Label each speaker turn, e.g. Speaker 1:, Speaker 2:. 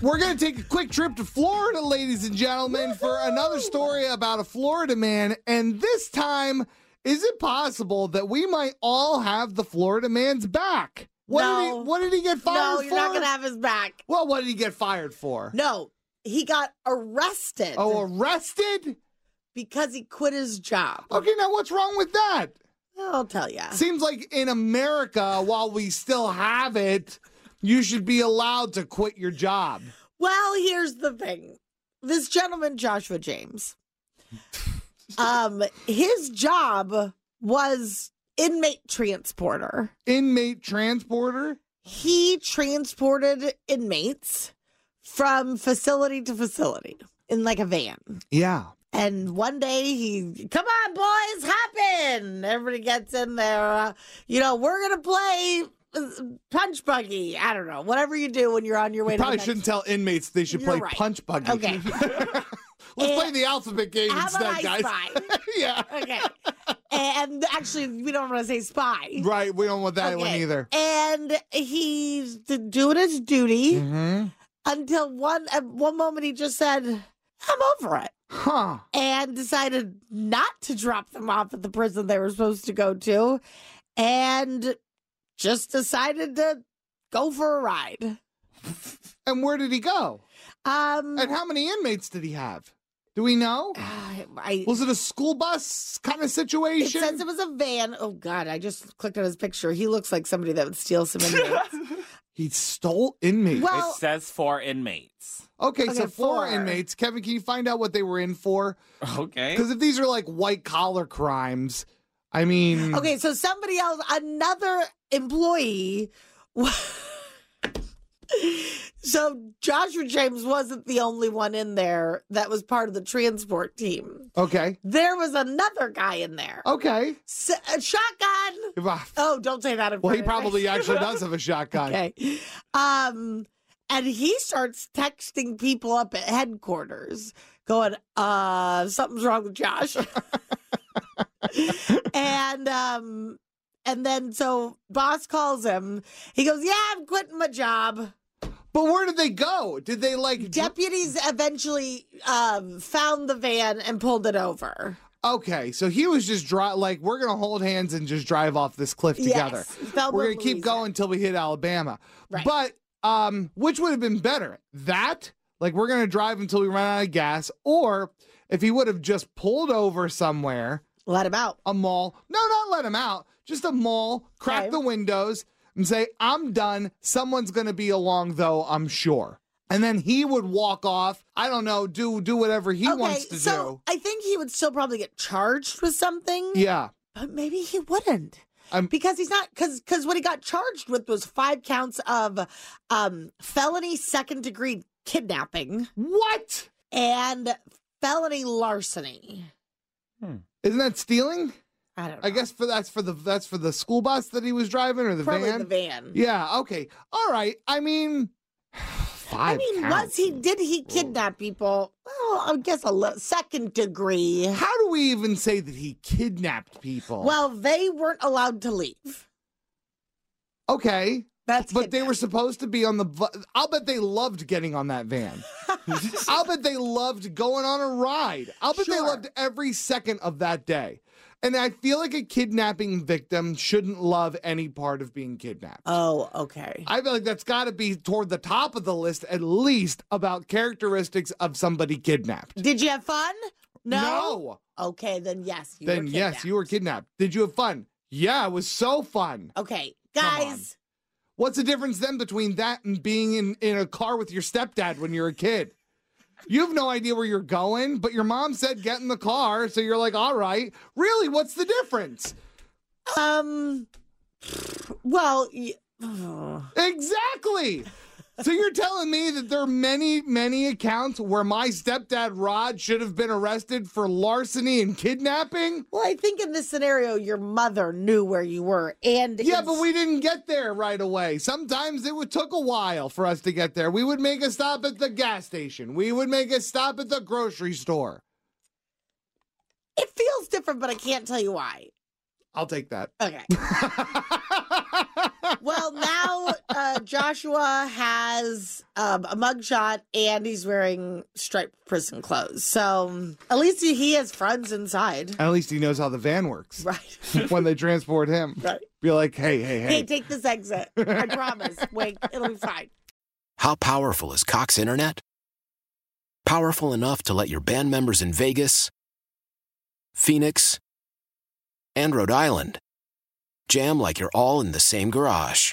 Speaker 1: We're going to take a quick trip to Florida, ladies and gentlemen, for another story about a Florida man. And this time, is it possible that we might all have the Florida man's back? What, did,
Speaker 2: No.
Speaker 1: he, what did he get fired
Speaker 2: No,
Speaker 1: for?
Speaker 2: you're not gonna have his back.
Speaker 1: well, what did he get fired for?
Speaker 2: No, he got arrested
Speaker 1: Oh, arrested?
Speaker 2: because he quit his job.
Speaker 1: Okay, now what's wrong with that?
Speaker 2: I'll tell you.
Speaker 1: Seems like in America, while we still have it, you should be allowed to quit your job.
Speaker 2: Well, here's the thing. This gentleman, Joshua James, um, his job was inmate transporter.
Speaker 1: Inmate transporter?
Speaker 2: He transported inmates from facility to facility in like a van.
Speaker 1: Yeah.
Speaker 2: And one day he, come on, boys, hop in. Everybody gets in there. Uh, you know, we're going to play uh, punch buggy. I don't know. Whatever you do when you're on your way
Speaker 1: You
Speaker 2: to the
Speaker 1: probably
Speaker 2: next-
Speaker 1: shouldn't tell inmates they should
Speaker 2: You're
Speaker 1: play
Speaker 2: right.
Speaker 1: punch buggy.
Speaker 2: Okay.
Speaker 1: Let's
Speaker 2: Eh,
Speaker 1: play the alphabet game
Speaker 2: How
Speaker 1: instead,
Speaker 2: about I
Speaker 1: guys.
Speaker 2: spy?
Speaker 1: yeah.
Speaker 2: Okay. and actually, we don't want to say spy.
Speaker 1: Right. We don't want that one
Speaker 2: Okay.
Speaker 1: either.
Speaker 2: And he's d- doing his duty
Speaker 1: Mm-hmm.
Speaker 2: until one at one moment he just said, "I'm over it,"
Speaker 1: Huh.
Speaker 2: and decided not to drop them off at the prison they were supposed to go to, and just decided to go for a ride.
Speaker 1: And where did he go?
Speaker 2: Um,
Speaker 1: And how many inmates did he have? Do we know?
Speaker 2: I, I-
Speaker 1: Was it a school bus kind of
Speaker 2: Eh. it
Speaker 1: situation?
Speaker 2: says it was a van. Oh God, I just clicked on his picture. He looks like somebody that would steal some inmates.
Speaker 1: he stole inmates.
Speaker 2: Well-
Speaker 3: it says four inmates.
Speaker 1: okay, so
Speaker 2: okay,
Speaker 1: four
Speaker 2: four.
Speaker 1: inmates. Kevin, can you find out what they were in for?
Speaker 3: Okay.
Speaker 1: Because if these are like white collar crimes, I mean,
Speaker 2: Okay, so somebody else, another employee. wa- so Joshua James wasn't the only one in there that was part of the transport team.
Speaker 1: okay,
Speaker 2: There was another guy in there.
Speaker 1: okay.
Speaker 2: S- a shotgun. Oh, don't say that. In
Speaker 1: Well,
Speaker 2: front
Speaker 1: he
Speaker 2: of me.
Speaker 1: probably actually does have a shotgun.
Speaker 2: okay. Um, and he starts texting people up at headquarters, going, "Uh, something's wrong with Josh." and um, and then so boss calls him. He goes, "Yeah, I'm quitting my job."
Speaker 1: Mm-hmm. But where did they go? Did they like? dr-
Speaker 2: Deputies eventually um, found the van and pulled it over.
Speaker 1: okay, so he was just dri Like we're gonna hold hands and just drive off this cliff together.
Speaker 2: Yes, Thelma
Speaker 1: We're gonna keep
Speaker 2: Louisa.
Speaker 1: going until we hit Alabama.
Speaker 2: Right.
Speaker 1: But um, which would have been better? That like we're gonna drive until we run out of gas, or if he would have just pulled over somewhere,
Speaker 2: Let him out.
Speaker 1: a mall. No, not let him out. Just a mall. Crack
Speaker 2: Okay.
Speaker 1: the windows and say, "I'm done. Someone's gonna be along, though. I'm sure." And then he would walk off. I don't know. Do do whatever he
Speaker 2: okay,
Speaker 1: wants to
Speaker 2: so
Speaker 1: do.
Speaker 2: I think he would still probably get charged with something.
Speaker 1: Yeah.
Speaker 2: But maybe he wouldn't.
Speaker 1: I'm-
Speaker 2: because he's not because because what he got charged with was five counts of um felony second degree kidnapping
Speaker 1: What?
Speaker 2: and felony larceny.
Speaker 1: Isn't that stealing?
Speaker 2: I don't know.
Speaker 1: I guess for that's for the that's for the school bus that he was driving or the
Speaker 2: probably
Speaker 1: van.
Speaker 2: the van.
Speaker 1: Yeah. Okay. All right. I mean,
Speaker 2: I
Speaker 1: five.
Speaker 2: mean,
Speaker 1: counts.
Speaker 2: was he did he kidnap people? Well, I guess a li- second degree.
Speaker 1: How do we even say that he kidnapped people?
Speaker 2: Well, they weren't allowed to leave.
Speaker 1: okay,
Speaker 2: That's
Speaker 1: but they were
Speaker 2: kidnapping.
Speaker 1: supposed to be on the. bu- I'll bet they loved getting on that van. I'll bet they loved going on a ride. I'll bet they
Speaker 2: Sure.
Speaker 1: loved every second of that day. And I feel like a kidnapping victim shouldn't love any part of being kidnapped.
Speaker 2: Oh, okay.
Speaker 1: I feel like that's got to be toward the top of the list, at least, about characteristics of somebody kidnapped.
Speaker 2: Did you have fun? No.
Speaker 1: No.
Speaker 2: Okay, then yes. You
Speaker 1: Then,
Speaker 2: were
Speaker 1: yes,
Speaker 2: kidnapped.
Speaker 1: you were kidnapped. Did you have fun? Yeah, it was so fun.
Speaker 2: Okay,
Speaker 1: Come on.
Speaker 2: guys.
Speaker 1: What's the difference then between that and being in, in a car with your stepdad when you're a kid? You have no idea where you're going, but your mom said get in the car, so you're like, all right. Really, what's the difference?
Speaker 2: Um. Well. y- ugh.
Speaker 1: Exactly. So you're telling me that there are many, many accounts where my stepdad Rod should have been arrested for larceny and kidnapping?
Speaker 2: Well, I think in this scenario, your mother knew where you were, and
Speaker 1: Yeah,
Speaker 2: ins-
Speaker 1: but we didn't get there right away. Sometimes it would took a while for us to get there. We would make a stop at the gas station. We would make a stop at the grocery store.
Speaker 2: it feels different, but I can't tell you why.
Speaker 1: I'll take that.
Speaker 2: Okay. Well, now uh, Joshua has um, a mugshot and he's wearing striped prison clothes. So um, at least he- he has friends inside.
Speaker 1: at least he knows how the van works
Speaker 2: Right.
Speaker 1: when they transport him.
Speaker 2: Right.
Speaker 1: Be like, hey, hey, hey.
Speaker 2: Hey, take this exit. I promise. Wait, it'll be fine.
Speaker 4: How powerful is Cox Internet? Powerful enough to let your band members in Vegas, Phoenix, and Rhode Island jam like you're all in the same garage.